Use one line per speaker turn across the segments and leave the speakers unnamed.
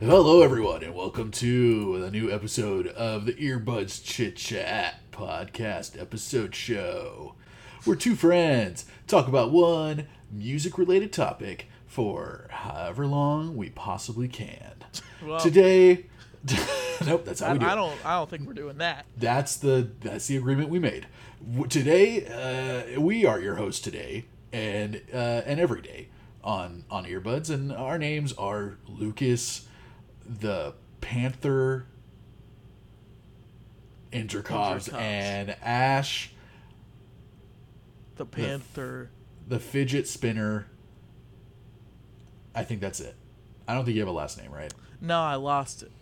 Hello, everyone, and welcome to a new episode of the Earbuds Chit Chat podcast episode show. We're two friends talk about one music related topic for however long we possibly can.
Well,
Today, nope, that's how
I,
we do. it.
I don't. I don't think we're doing that.
That's the that's the agreement we made. W- Today, uh, we are your hosts today and uh, and every day on on earbuds, and our names are Lucas, the Panther, Intercobs,
Intercobs.
and Ash,
The Panther.
the Fidget Spinner. I think that's it. I don't think you have a last name, right?
No, I lost it.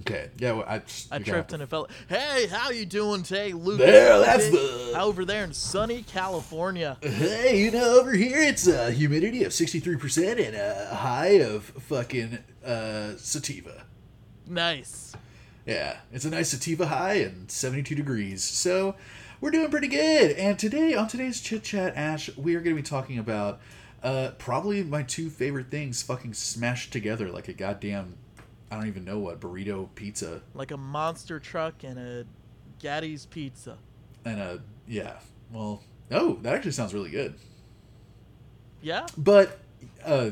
Okay. Yeah. Well, I, just,
I tripped and it fell. Hey, how you doing today, Luke?
There, that's the-
over there in sunny California.
Hey, you know, over here it's a humidity of 63% and a high of fucking uh, sativa.
Nice.
Yeah, it's a nice sativa high and 72 degrees. So we're doing pretty good. And today, on today's Chit Chat, Ash, we are going to be talking about uh, probably my two favorite things fucking smashed together like a goddamn, I don't even know what, burrito pizza
Like a monster truck and a Gaddy's pizza.
and a, yeah, well, oh, that actually sounds really good.
Yeah,
But, uh,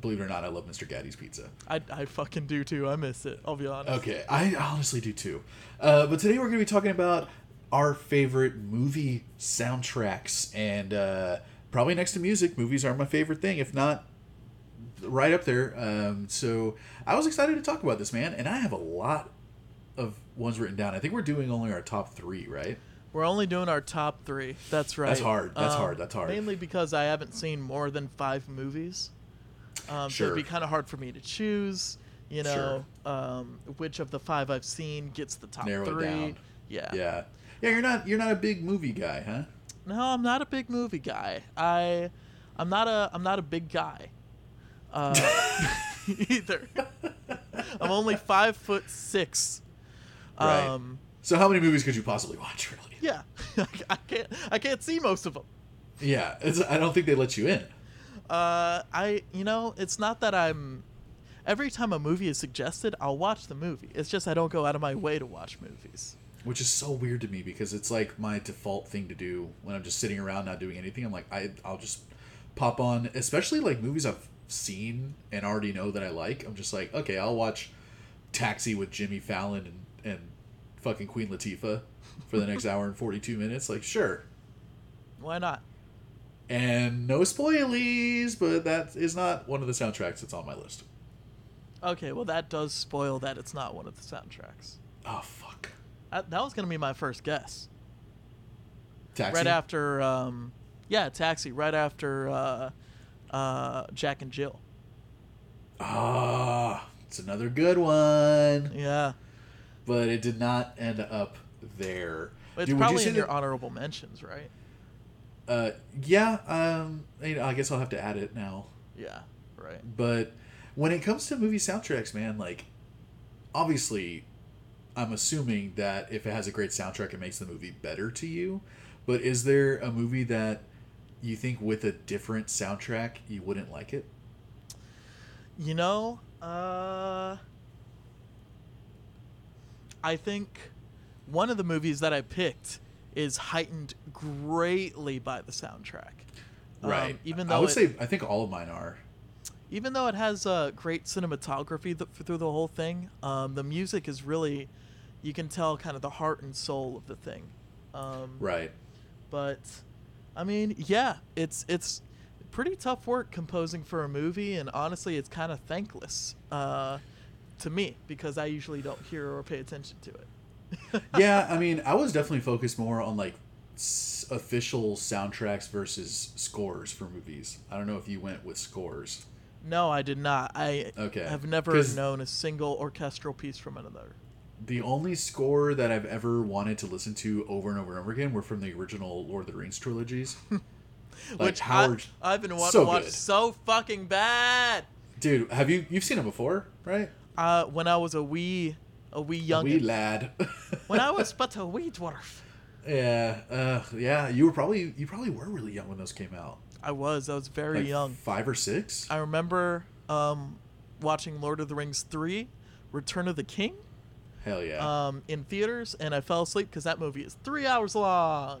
believe it or not, I love Mr. Gaddy's pizza.
I, I fucking do too. I miss it. I'll be honest.
Okay, I honestly do too. Uh, but today we're going to be talking about our favorite movie soundtracks, and uh, probably next to music, movies are my favorite thing, if not right up there. Um, so I was excited to talk about this, man, and I have a lot of ones written down. I think we're doing only our top three, right?
We're only doing our top three. That's right. Um,
hard. That's hard. That's hard.
Mainly because I haven't seen more than five movies. Um, So
Sure.
it'd be kind of hard for me to choose, you know,
Sure.
um, which of the five I've seen gets the top
Narrow it
three.
down.
Yeah.
Yeah, yeah. You're not you're not a big movie guy, huh?
No, I'm not a big movie guy. I, I'm not a I'm not a big guy, uh, either. I'm only five foot six.
Right.
Um,
So how many movies could you possibly watch, really?
yeah, I can't I can't see most of them.
Yeah, it's, I don't think they let you in.
Uh, I you know it's not that I'm. Every time a movie is suggested, I'll watch the movie. It's just I don't go out of my way to watch movies.
which is so weird to me because it's like my default thing to do when I'm just sitting around not doing anything. I'm like I I'll just pop on, especially like movies I've seen and already know that I like. I'm just like okay, I'll watch Taxi with Jimmy Fallon and and fucking Queen Latifah for the next hour and 42 minutes. Like sure.
Why not?
And no spoilies, but that is not one of the soundtracks that's on my list.
Okay, well that does spoil that it's not one of the soundtracks.
Oh fuck.
I, that was gonna be my first guess.
Taxi.
Right after, um, yeah, Taxi. Right after uh, uh, Jack and Jill.
Ah, it's another good one.
Yeah,
but it did not end up there.
it's
Dude, would you
probably
say
in your
that-
honorable mentions, right?
uh, yeah, um, you know, I guess I'll have to add it now.
Yeah, right.
But when it comes to movie soundtracks, man, like obviously, I'm assuming that if it has a great soundtrack, it makes the movie better to you. But is there a movie that you think with a different soundtrack you wouldn't like it?
You know, uh, I think one of the movies that I picked is heightened greatly by the soundtrack. Um, even though
I would
it,
say I think all of mine are.
even though it has uh, great cinematography th- through the whole thing, um, the music is really you can tell kind of the heart and soul of the thing. Um,
Right.
but I mean, yeah, it's it's pretty tough work composing for a movie, and honestly, it's kind of thankless uh, to me because I usually don't hear or pay attention to it.
yeah, I mean, I was definitely focused more on like s- official soundtracks versus scores for movies. I don't know if you went with scores.
No, I did not. I
Okay,
have never
'cause-
known a single orchestral piece from another.
The only score that I've ever wanted to listen to over and over and over again were from the original Lord of the Rings trilogies. like
Which
Howard,
I, I've been wanting
so
to watch
good.
so fucking bad.
dude, have you you've seen him before, right?
Uh, when I was a wee, a wee young.
Wee lad.
when I was but a wee dwarf.
yeah, uh, yeah, you were probably you probably were really young when those came out.
I was. I was very
Like
young.
five or six.
I remember um, watching Lord of the Rings 3 Return of the King
Hell yeah.
um, in theaters, and I fell asleep because that movie is three hours long.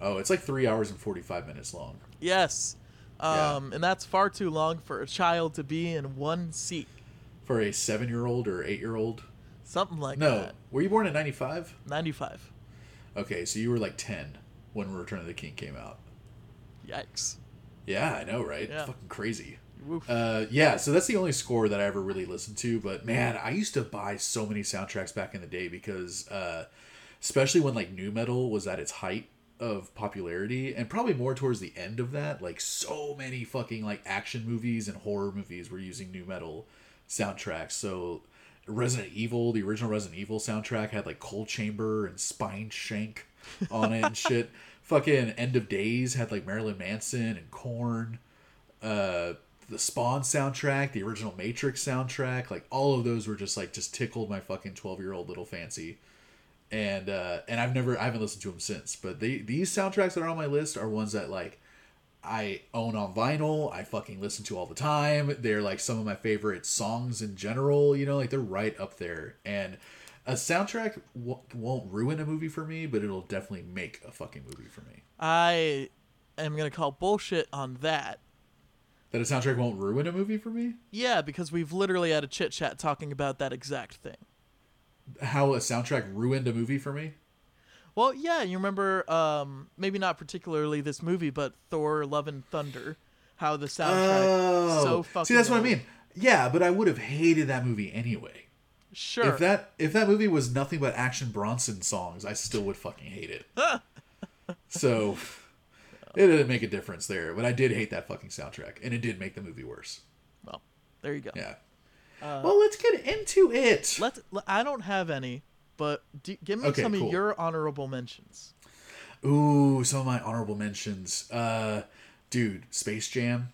oh, it's like three hours and forty five minutes long.
Yes.
Yeah.
Um, And that's far too long for a child to be in one seat.
For a seven year old or eight year old.
Something like
No.
that.
Were you born in ninety five?
95.
Okay, so you were like ten when Return of the King came out.
Yikes.
Yeah, I know, right?
Yeah.
Fucking crazy.
Woof.
Uh, yeah, so that's the only score that I ever really listened to. But man, I used to buy so many soundtracks back in the day because, uh, especially when like new metal was at its height of popularity, and probably more towards the end of that, like so many fucking like action movies and horror movies were using new metal soundtracks. So Resident Evil, the original Resident Evil soundtrack had like Cold Chamber and Spine Shank on it and shit. Fucking End of Days had like Marilyn Manson and Korn uh, the Spawn soundtrack, the original Matrix soundtrack, like all of those were just like just tickled my fucking twelve year old little fancy, and uh, and I've never I haven't listened to them since. But they these soundtracks that are on my list are ones that like I own on vinyl. I fucking listen to all the time. They're like some of my favorite songs in general. You know, like they're right up there. And a soundtrack w- won't ruin a movie for me, but it'll definitely make a fucking movie for me.
I am going to call bullshit on that.
That a soundtrack won't ruin a movie for me.
Yeah, because we've literally had a chit chat talking about that exact thing.
how a soundtrack ruined a movie for me.
Well, yeah, you remember, um, maybe not particularly this movie, but Thor: Love and Thunder, how the soundtrack so fucking.
Oh. see, that's what I
old.
mean. Yeah, but I would have hated that movie anyway.
Sure.
If that if that movie was nothing but Action Bronson songs, I still would fucking hate it. so it didn't make a difference there, but I did hate that fucking soundtrack, and it did make the movie worse.
well, there you go.
Yeah.
Uh,
well, let's get into it.
Let's. l- I don't have any, but do, give me
Okay,
some
cool.
of your honorable mentions.
Ooh, some of my honorable mentions. Uh, dude, Space Jam.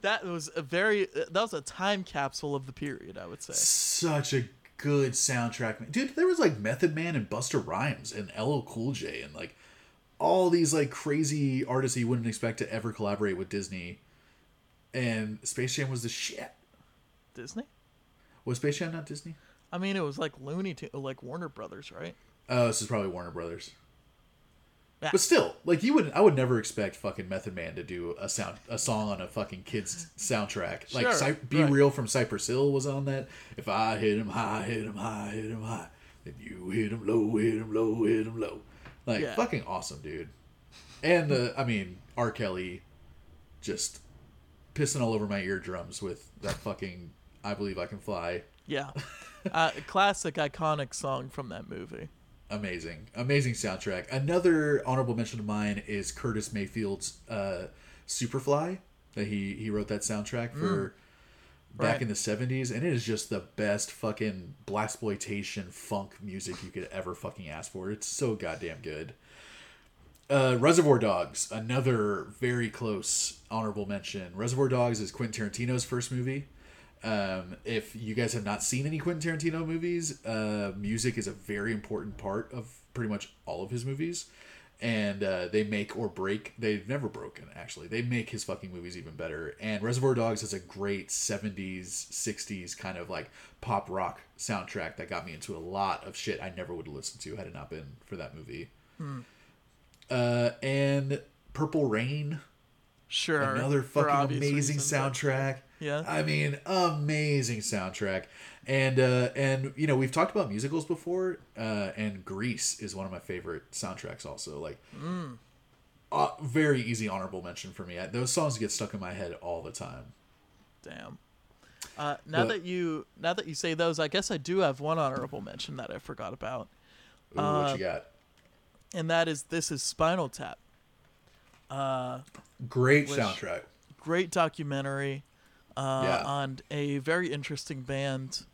That was a very. uh, That was a time capsule of the period, I would say.
such a good soundtrack dude there was like method man and buster rhymes and LL cool j and like all these like crazy artists that you wouldn't expect to ever collaborate with disney and space jam was the shit
Disney.
was space jam not disney
I mean, it was like Looney Tunes, like Warner Brothers, right?
oh this is probably warner brothers
Yeah.
but still like you would i would never expect fucking method man to do a sound a song on a fucking kids soundtrack like
Sure,
Cy- be
right.
real from cypress hill was on that if i hit him high hit him high hit him high then you hit him low hit him low hit him low like
Yeah.
fucking awesome dude and the i mean r kelly just pissing all over my eardrums with that fucking i believe i can fly
Yeah. uh, classic, iconic song from that movie.
amazing amazing soundtrack another honorable mention of mine is curtis mayfield's uh superfly that he he wrote that soundtrack for back
Right.
in the 70s and it is just the best fucking blaxploitation funk music you could ever fucking ask for it's so goddamn good uh, Reservoir Dogs, another very close honorable mention. Reservoir Dogs is Quentin Tarantino's first movie. Um, if you guys have not seen any Quentin Tarantino movies, uh, music is a very important part of pretty much all of his movies. And uh, they make or break, they've never broken, actually. They make his fucking movies even better. And Reservoir Dogs has a great 70s, 60s kind of like pop rock soundtrack that got me into a lot of shit I never would have listened to had it not been for that movie uh, and Purple Rain,
Sure.
another
for
fucking
obvious
amazing
reasons, but-
soundtrack.
Yeah.
I mean, amazing soundtrack. And uh, and you know we've talked about musicals before, uh, and Grease is one of my favorite soundtracks. Also, like,
Mm.
uh, very easy honorable mention for me. I, those songs get stuck in my head all the time.
Damn. Uh, now
But-
that you now that you say those, I guess I do have one honorable mention that I forgot about,
Ooh, what
Uh,
you got?
and that is this is Spinal Tap.
Great
which-
soundtrack.
Great documentary uh,
Yeah.
on a very interesting band.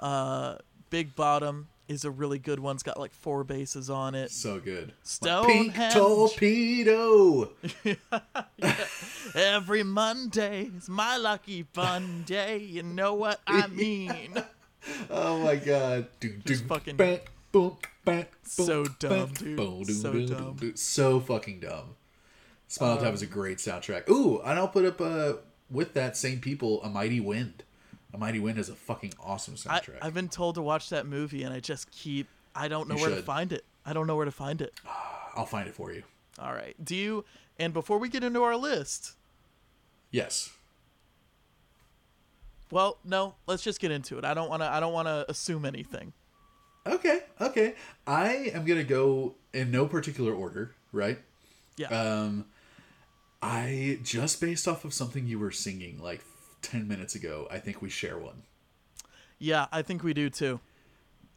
Uh, Big Bottom is a really good one. It's got like four bases on it.
So good. My
Stonehenge.
pink torpedo.
Every Monday is my lucky fun day. You know what I mean?
Oh my god. Dude,
Just fucking-
Bang, boom, bang,
So
boom,
dumb,
bang,
dude.
boom,
So
doom, doom,
dumb. Um,
doom, doom. So fucking dumb. Spinal Tap is a great soundtrack. Ooh, and I'll put up uh with that same people, A Mighty Wind. A Mighty Wind is a fucking awesome
I,
soundtrack.
I've been told to watch that movie, and I just keep. I don't know
You
where to
should.
find it. I don't know where to find it.
I'll find it for you.
All right. Do you? And before we get into our list,
Yes.
well, no, let's just get into it. I don't want to. I don't want to assume anything.
Okay, okay. I am gonna go in no particular order, right?
Yeah.
Um, I just based off of something you were singing like ten minutes ago. I think we share one.
yeah, I think we do too.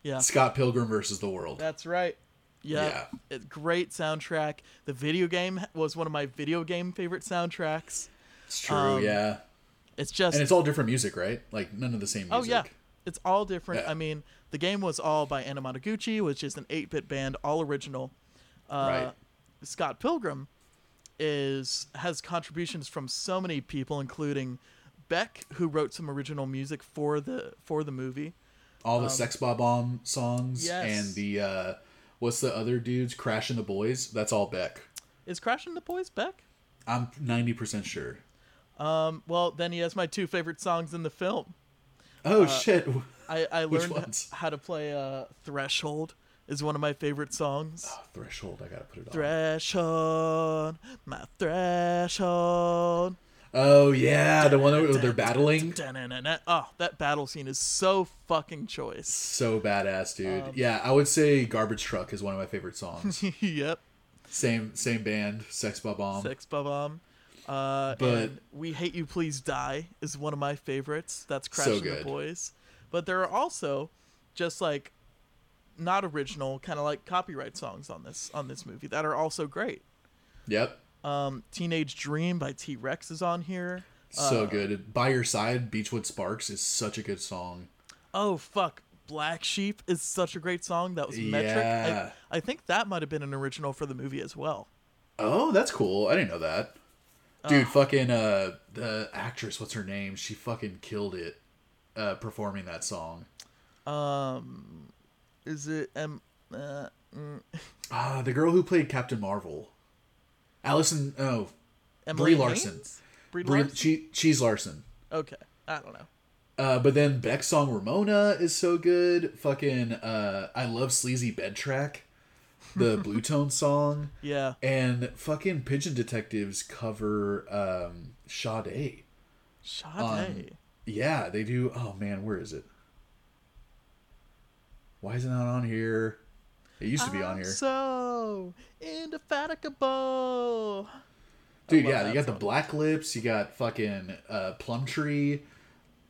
Yeah.
Scott Pilgrim versus the World.
That's right. Yeah.
Yeah.
It, great soundtrack. The video game was one of my video game favorite soundtracks.
It's true,
um,
yeah.
It's just
And it's all different music, right? Like none of the same music.
Oh yeah, it's all different.
Yeah.
I mean, the game was all by Anamanaguchi, which is an eight-bit band, all original. Uh,
Right.
Scott Pilgrim is has contributions from so many people, including Beck, who wrote some original music for the for the movie.
All the Sex Bob Bomb songs
um, Yes.
and the uh what's the other dudes? Crash and the Boys. That's all Beck.
Is Crashing the Boys Beck?
I'm ninety percent sure.
Um, well, then he has my two favorite songs in the film. Uh,
Oh shit.
I, I
Which
learned
ones?
how to play uh, Threshold is one of my favorite songs.
Oh, Threshold, I gotta put it on.
Threshold, my threshold.
Oh yeah, the one where they're battling.
Da-na-na-na. Oh, that battle scene is so fucking choice.
So badass, dude.
Um,
yeah, I would say "Garbage Truck" is one of my favorite songs.
yep.
same, same band, Sex Bob Bomb.
Sex bomb. Uh,
But-
and We Hate You Please Die is one of my favorites. That's
So
Crashing the
good.
Boys. But there are also just like not original, kind of like copyright songs on this on this movie that are also great.
Yep,
Um, Teenage Dream by T Rex is on here. Uh,
so good. "By Your Side," Beachwood Sparks is such a good song.
Oh fuck. Black Sheep is such a great song. That was metric.
Yeah.
I, I think that might have been an original for the movie as well.
Oh, that's cool. I didn't know that. Dude, fucking uh, the actress, what's her name? She fucking killed it, uh, performing that song.
Is it um uh,
Ah, the girl who played Captain Marvel, Allison. Oh,
Emily
Brie Larson.
Haynes? Brie
Brie,
Larson.
che- Cheese Larson.
Okay, I don't know.
Uh, but then Beck's song Ramona is so good. Fucking, uh, I love Sleazy Bed Track, the Blue Tone song.
Yeah,
And fucking Pigeon Detectives cover um, Sade. Um,
Sade.
Yeah, they do. Oh man, where is it? Why is it not on here? It used to be on
I'm
here.
Uh, So indefatigable.
Dude,
love
yeah,
that
you got
song.
the Black Lips, you got fucking uh, Plum Tree.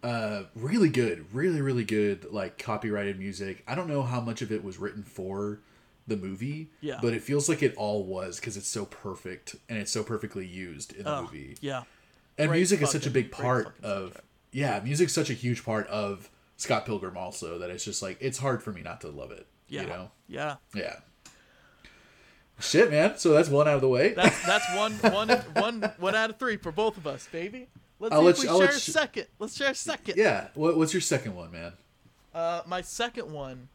Uh, really good, really, really good, like copyrighted music. I don't know how much of it was written for the movie,
Yeah.
but it feels like it all was because it's so perfect and it's so perfectly used in the
Oh,
movie.
yeah,
and
great
music is such a
fucking-
big
great
part
fucking
of,
soundtrack.
yeah, music's such a huge part of Scott Pilgrim also that it's just like, it's hard for me not to love it,
yeah,
you know?
yeah.
Yeah. Shit, man. So that's one out of the way.
That's that's one one one one out of three for both of us, baby. Let's
I'll
see
let
if we
you- I'll
share
let
a
you-
second. Let's share a second.
yeah. What, what's your second one, man?
Uh, my second one.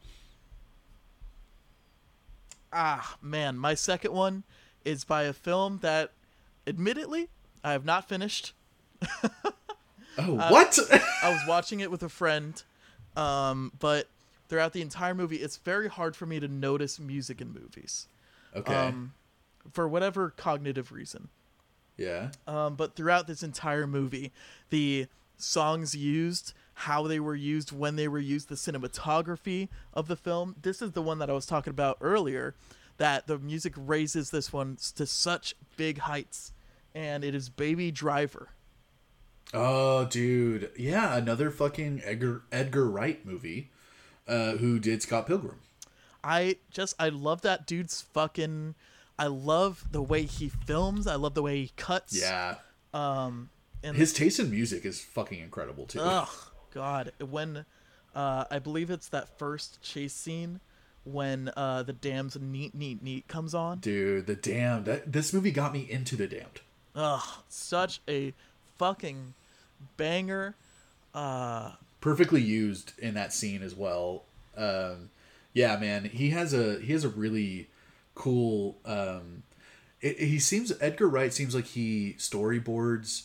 Ah, man, my second one is by a film that, admittedly, I have not finished.
Oh,
Uh,
what?
I was watching it with a friend, um, but throughout the entire movie, it's very hard for me to notice music in movies
okay.
um, for whatever cognitive reason.
yeah.
Um, but throughout this entire movie, the songs used, how they were used, when they were used, the cinematography of the film. This is the one that I was talking about earlier, that the music raises this one s- to such big heights, and it is Baby Driver.
Oh, dude. Yeah, another fucking Edgar Edgar Wright movie, uh, who did Scott Pilgrim.
I just I love that dude's fucking I love the way he films. I love the way he cuts.
Yeah.
Um, and-
his taste in music is fucking incredible too.
Ugh, God. When uh, I believe it's that first chase scene when uh, the dam's neat neat neat comes on.
Dude, the damned. That, this movie got me into the damned.
Ugh, such a fucking banger.
perfectly used in that scene as well. Um, yeah, man, he has a he has a really cool. Um, it, he seems Edgar Wright seems like he storyboards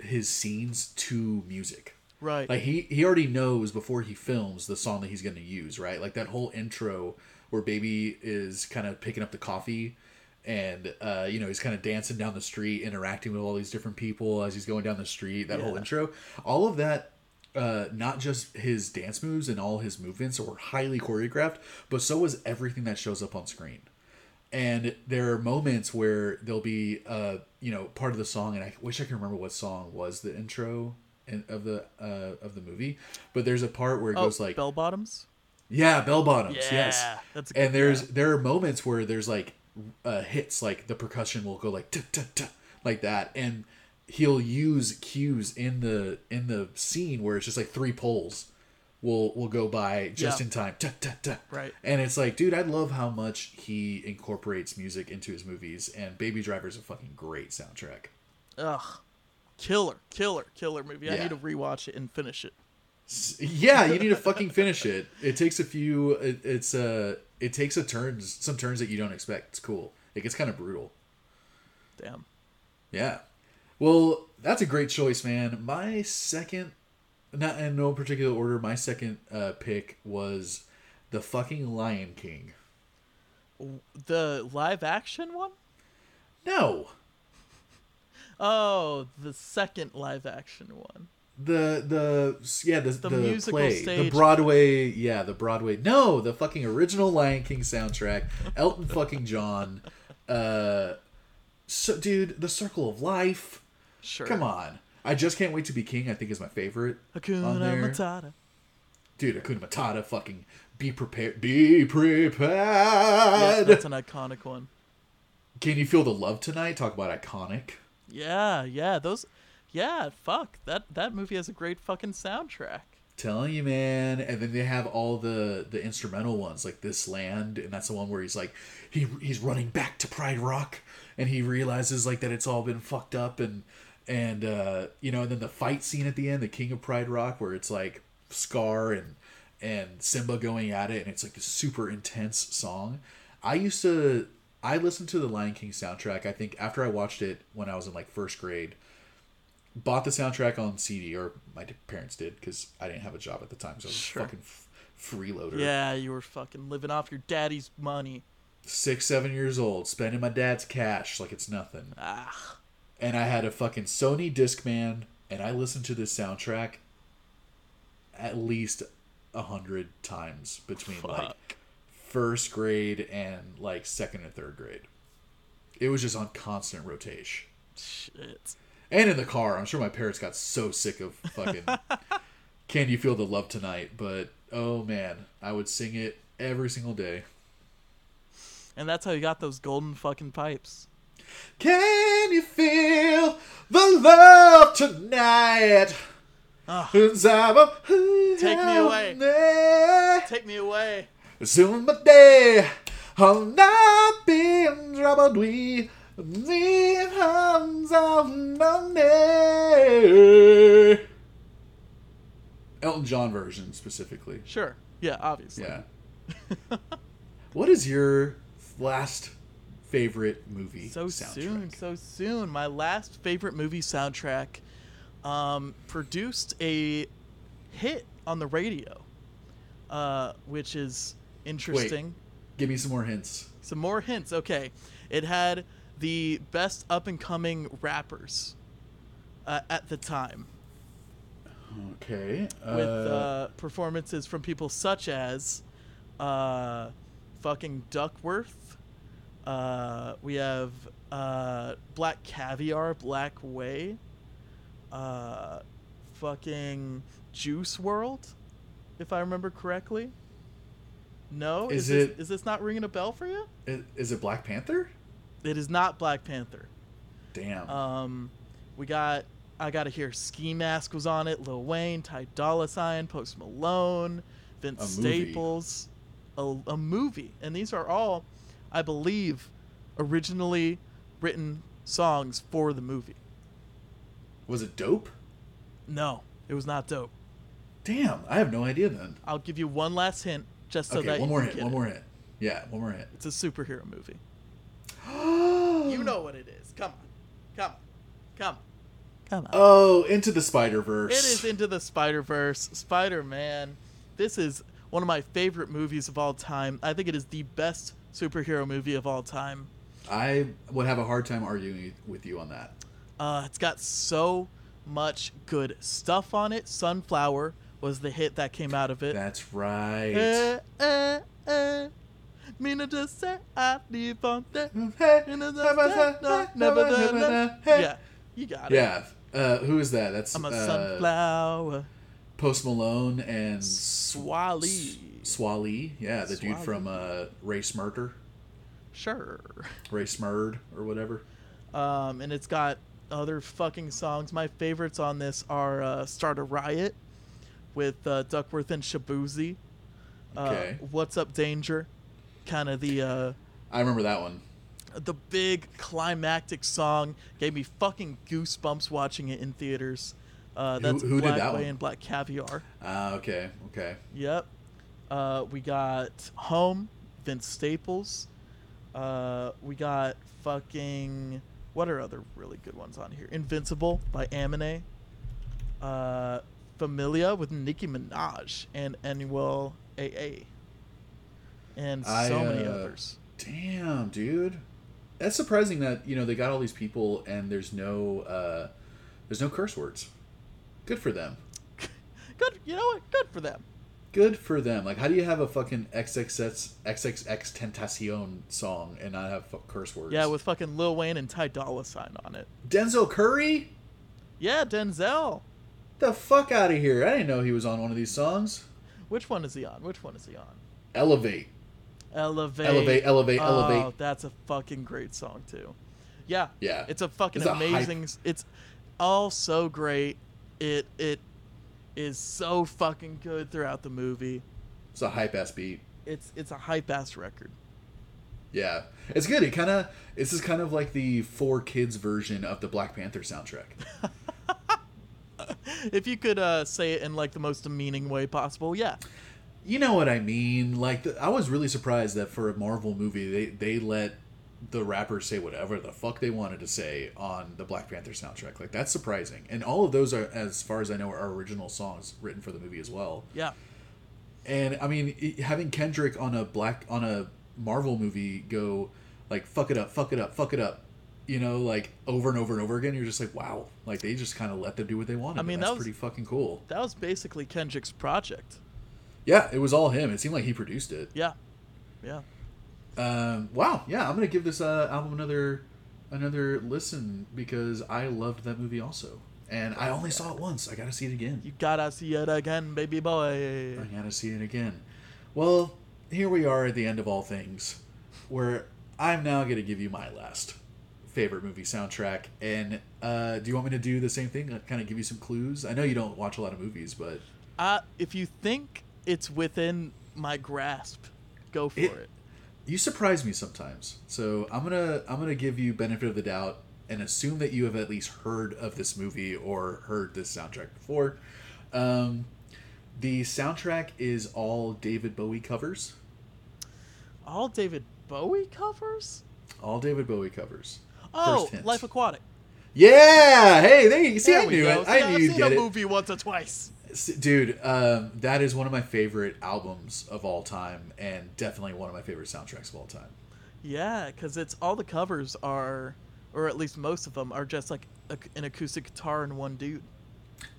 his scenes to music.
Right.
Like he he already knows before he films the song that he's going to use, right? Like that whole intro where baby is kind of picking up the coffee and uh, you know he's kind of dancing down the street interacting with all these different people as he's going down the street that whole
Yeah.
intro all of that uh, not just his dance moves and all his movements were highly choreographed but so was everything that shows up on screen and there are moments where there'll be uh you know part of the song and i wish i can remember what song was the intro and of the uh of the movie but there's a part where it
oh,
goes like
bell bottoms.
yeah, bell bottoms. yes,
Yeah, that's a good
and there's there are moments where there's like uh, hits, like the percussion will go like "Tut, tut, tut," like that, and he'll use cues in the in the scene where it's just like three poles will will go by just
Yeah.
in time. "Tut, tut, tut."
Right.
and it's like, dude, I love how much he incorporates music into his movies, and Baby Driver's a fucking great soundtrack.
Ugh. Killer, killer, killer movie. I
Yeah.
need to rewatch it and finish it.
yeah you need to fucking finish it it takes a few it, it's uh it takes a turns some turns that you don't expect it's cool it gets kind of brutal
Damn.
yeah well that's a great choice man my second not in no particular order my second uh pick was the fucking lion king
W- The live action one?
no
Oh, the second live action one.
the the yeah the the,
The musical
play the
stage.
Broadway yeah the Broadway no the fucking original Lion King soundtrack Elton fucking John uh so dude the Circle of Life
Sure.
come on I just can't wait to be king I think is my favorite on
Hakuna
there.
Matata.
dude Hakuna Matata fucking be prepared be
Yeah,
prepared
that's an iconic one.
can you feel the love tonight talk about iconic
Yeah, yeah, those yeah, fuck. That that movie has a great fucking soundtrack.
telling you man and then they have all the the instrumental ones like this land and that's the one where he's like he he's running back to pride rock and he realizes like that it's all been fucked up and and uh you know and then the fight scene at the end the king of pride rock where it's like scar and and simba going at it and it's like this super intense song i used to i listened to the lion king soundtrack i think after i watched it when i was in like first grade bought the soundtrack on CD, or my d- parents did because I didn't have a job at the time, so I was
Sure.
a fucking f- freeloader.
Yeah, you were fucking living off your daddy's money.
Six, seven years old, spending my dad's cash like it's nothing.
Ah.
And I had a fucking Sony Discman, and I listened to this soundtrack at least a hundred times between like
Fuck.
first grade and like second and third grade. It was just on constant rotation.
Shit.
and in the car. I'm sure my parents got so sick of fucking "Can You Feel the Love Tonight," but oh man, I would sing it every single day.
And that's how you got those golden fucking pipes.
Can you feel the love tonight?
Ah.
Cause I'm a-
Take me Take me away.
Soon my day, I'll not be in trouble. We leave hands of money. Elton John version specifically.
Sure. Yeah, obviously.
Yeah. what is your last favorite movie?
So
soundtrack?
soon, so soon. My last favorite movie soundtrack um, produced a hit on the radio, uh, which is interesting.
Give me some more hints.
Some more hints. Okay. It had the best up and coming rappers uh, at the time
Okay. Uh,
with uh, performances from people such as uh, fucking Duckworth. Uh, we have uh, Black Caviar, Black Way, uh, fucking Juice World, if I remember correctly. No,
Is
is, this-
it-
is this not ringing a bell for you?
i- is it Black Panther?
It is not Black Panther.
Damn.
Um, we got I gotta hear Ski Mask was on it. Lil Wayne, Ty Dolla Sign, Post Malone, Vince
A movie.
Staples, a, a movie, and these are all, I believe, originally written songs for the movie.
Was it dope?
No, it was not dope.
Damn, I have no idea then.
I'll give you one last hint, just so
okay,
that
one
you
more
can
hint.
get
One
it.
more hint. Yeah, one more hint.
It's a superhero movie.
you
You know what it is. Come on, come, on. come, on. Come on.
Oh, Into the Spider
It is
Verse.
Into the Spider Verse, Spider Man. This is one of my favorite movies of all time. I think it is the best superhero movie of all time.
I would have a hard time arguing with you on that.
Uh, it's got so much good stuff on it. Sunflower was the hit that came out of it.
That's right.
Eh, eh, eh. Mina just said I live on that. Yeah, you got it.
Yeah. Uh, who is that? That's
I'm a
uh,
sunflower.
Post Malone and
Swally.
Swally. Yeah, the dude
Swally.
from uh, Ray Smurder,
Sure.
Ray Smurd, or whatever.
Um, and it's got other fucking songs. My favorites on this are uh, Start a Riot with uh, Duckworth and Shabuzi. Uh,
Okay.
What's Up Danger? Kind of the. Uh,
I remember that one.
the big climactic song gave me fucking goosebumps watching it in theaters. Uh, that's
who did
Black
that
Way
one?
and Black Caviar.
Ah, okay, okay.
Yep. Uh, we got Home, Vince Staples. Uh, we got fucking. What are other really good ones on here? Invincible by Aminé. Uh, Familia with Nicki Minaj and Annual AA. And so
I,
many
uh,
others.
Damn, dude, that's surprising that you know they got all these people and there's no uh, there's no curse words. Good for them.
Good, you know what? Good for them.
Good for them. Like, how do you have a fucking XXX XXX Tentacion song and not have fu- curse words?
Yeah, with fucking Lil Wayne and Ty Dolla Sign on it.
Denzel Curry.
Yeah, Denzel.
The fuck out of here! I didn't know he was on one of these songs.
Which one is he on? Which one is he on?
Elevate.
Elevate.
Elevate, elevate,
oh,
elevate.
That's a fucking great song too. Yeah.
Yeah.
It's a fucking
It's a hype.
amazing. s It's all so great. It it is so fucking good throughout the movie.
It's a hype ass beat.
It's it's a hype ass record.
Yeah, it's good. It kind of this is kind of like the four kids version of the Black Panther soundtrack.
If you could uh, say it in like the most demeaning way possible, yeah.
You know what I mean? Like the, I was really surprised that for a Marvel movie they they let the rappers say whatever the fuck they wanted to say on the Black Panther soundtrack. Like that's surprising. And all of those are as far as I know are original songs written for the movie as well.
Yeah.
And I mean, it- having Kendrick on a black on a Marvel movie go like fuck it up, fuck it up, fuck it up, you know, like over and over and over again, you're just like, wow, like they just kind of let them do what they wanted. I
mean,
mean, that's
that was-
pretty fucking cool.
That was basically Kendrick's project.
Yeah, it was all him. It seemed like he produced it.
Yeah. Yeah.
Um, wow, yeah, I'm gonna give this uh, album another another listen because I loved that movie also, and I only saw it once. I gotta see it again.
You gotta see it again, baby boy.
I gotta see it again. Well, here we are at the end of all things, where I'm now gonna give you my last favorite movie soundtrack. And uh, do you want me to do the same thing? Kind of give you some clues. I know you don't watch a lot of movies, but
Uh, if you think it's within my grasp, go for it.
It- you surprise me sometimes. So I'm gonna I'm gonna give you benefit of the doubt and assume that you have at least heard of this movie or heard this soundtrack before. Um, the soundtrack is all David Bowie covers.
All David Bowie covers?
All David Bowie covers.
Oh,
First hint.
Life Aquatic.
Yeah. Hey, there you see.
There
I
we
knew
go.
it.
See,
I
I've
knew you'd
seen
get
a
it,
movie once or twice.
S- dude. Um, that is one of my favorite albums of all time, and definitely one of my favorite soundtracks of all time.
Yeah, because it's all the covers are, or at least most of them are just like a, an acoustic guitar and one dude.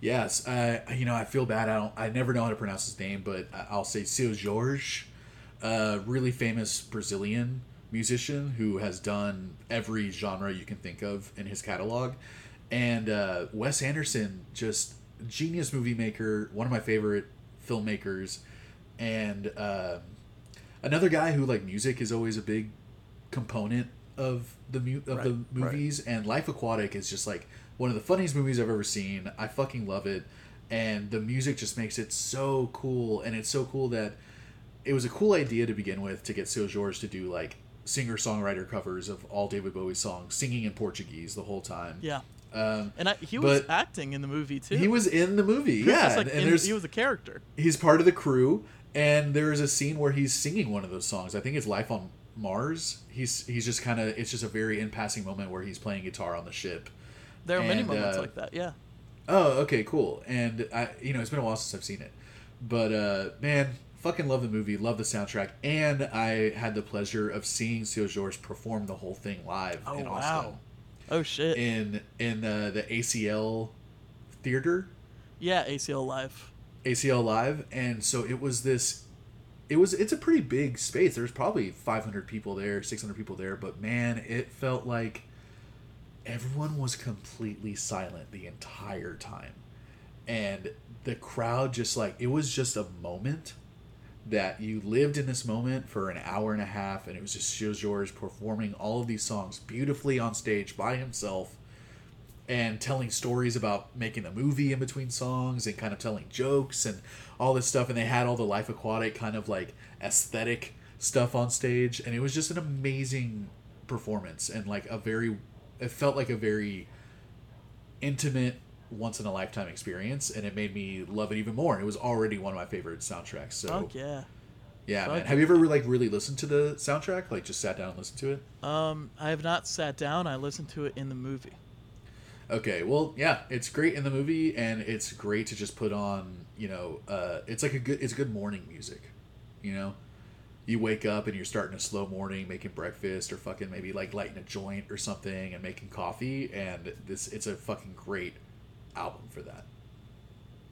Yes. Uh, you know, I feel bad. I don't. I never know how to pronounce his name, but I- I'll say Seu Jorge, a really famous Brazilian musician who has done every genre you can think of in his catalog, and uh, Wes Anderson, just genius movie maker, one of my favorite filmmakers, and. Um, another guy who like music is always a big component of the mu- of the
Right, right.
movies and Life Aquatic is just like one of the funniest movies I've ever seen. I fucking love it and the music just makes it so cool and it's so cool that it was a cool idea to begin with to get Seu Jorge to do like singer-songwriter covers of all David Bowie songs singing in Portuguese the whole time.
Yeah,
Um
and I, he was
But-
acting in the movie too.
he was in the movie.
He was
yeah.
just, like,
and
in-
there's
he was a character.
he's part of the crew and there is a scene where he's singing one of those songs i think it's life on mars he's he's just kind of it's just a very in passing moment where he's playing guitar on the ship
There are many
And,
moments
uh,
like that. Yeah.
Oh, okay, cool. And I, you know, it's been a while since I've seen it, but uh, man, fucking love the movie, love the soundtrack, and I had the pleasure of seeing Siojors perform the whole thing live
Oh
in Austin
wow. Oh shit.
in in uh, the ACL theater,
yeah, ACL live.
ACL live, and so it was this. It was it's a pretty big space. There was probably 500 people there, 600 people there, but man, it felt like everyone was completely silent the entire time and the crowd just like it was just a moment that you lived in this moment for an hour and a half and it was just Gilles Georges performing all of these songs beautifully on stage by himself and telling stories about making a movie in between songs and kind of telling jokes and all this stuff and they had all the life aquatic kind of like aesthetic stuff on stage and it was just an amazing performance and like a very it felt like a very intimate once in a lifetime experience and it made me love it even more it was already one of my favorite soundtracks so
Fuck yeah.
yeah
fuck
man have you ever like really listened to the soundtrack like just sat down and listened to it
Um, I have not sat down. I listened to it in the movie.
Okay, well, yeah, it's great in the movie, and it's great to just put on. You know, uh, it's like a good, it's good morning music. You know, you wake up and you're starting a slow morning, making breakfast, or fucking maybe like lighting a joint or something, and making coffee. And this, it's a fucking great album for that.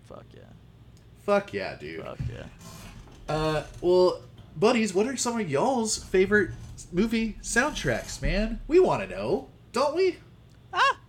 Fuck yeah.
Fuck yeah, dude.
Fuck yeah.
Uh, well, buddies, what are some of y'all's favorite movie soundtracks, man? We want to know, don't we?
Ah.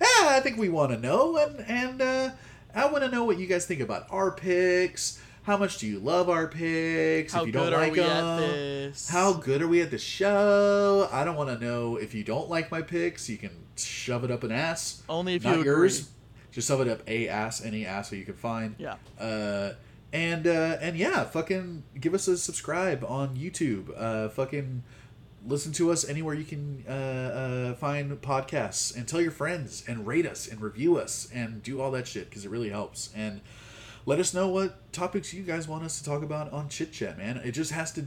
yeah, I think we want to know, and and uh, I want to know what you guys think about our picks. How much do you love our picks?
How
if you
good
don't
are
like
we
them,
at this?
how good are we at the show? I don't want to know if you don't like my picks. You can shove it up an ass.
Only if
Not
you
yours.
agree.
Just shove it up a ass, any ass that you can find.
Yeah.
Uh, and uh, and yeah, fucking give us a subscribe on YouTube. Uh, fucking listen to us anywhere you can uh, uh, find podcasts, and tell your friends, and rate us, and review us, and do all that shit because it really helps. And let us know what topics you guys want us to talk about on Chit Chat, man. It just has to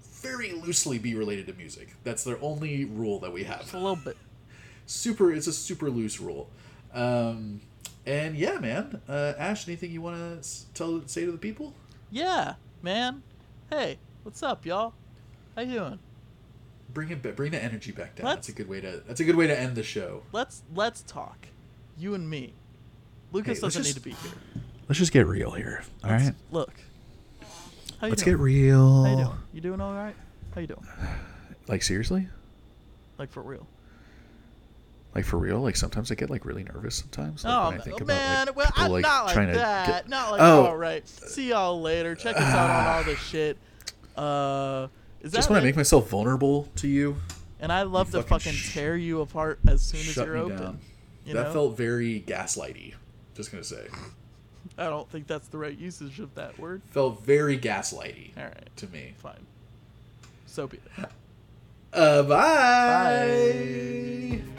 very loosely be related to music. That's their only rule that we have
Just a little bit.
super it's a super loose rule um and yeah man uh ash anything you want to tell say to the people
Yeah, man. Hey, what's up, y'all? How you doing?
bring it ba- bring the energy back down
Let's-
that's a good way to that's a good way to end the show
Let's let's talk. You and me. Lucas
Hey, let's
doesn't
just-
need to be here.
let's just get real here all
Let's- Look. How you doing?
real
How you doing? You doing all right? How you doing?
like seriously
Like for real?
like for real like sometimes i get like really nervous sometimes
oh man, man, well, I'm not like that. Not like
Oh.
all right. See y'all later. Check us out on all this shit. Uh, is that
just want
it?
to make myself vulnerable to you
And I love to
fucking
fucking
sh-
tear you apart as soon as
shut
you're
me
open.
down
You
that
know?
felt very gaslighty just gonna say
I don't think that's the right usage of that word.
felt very gaslighty
All right.
to me
Fine. So be it.
Uh,
Bye.
bye.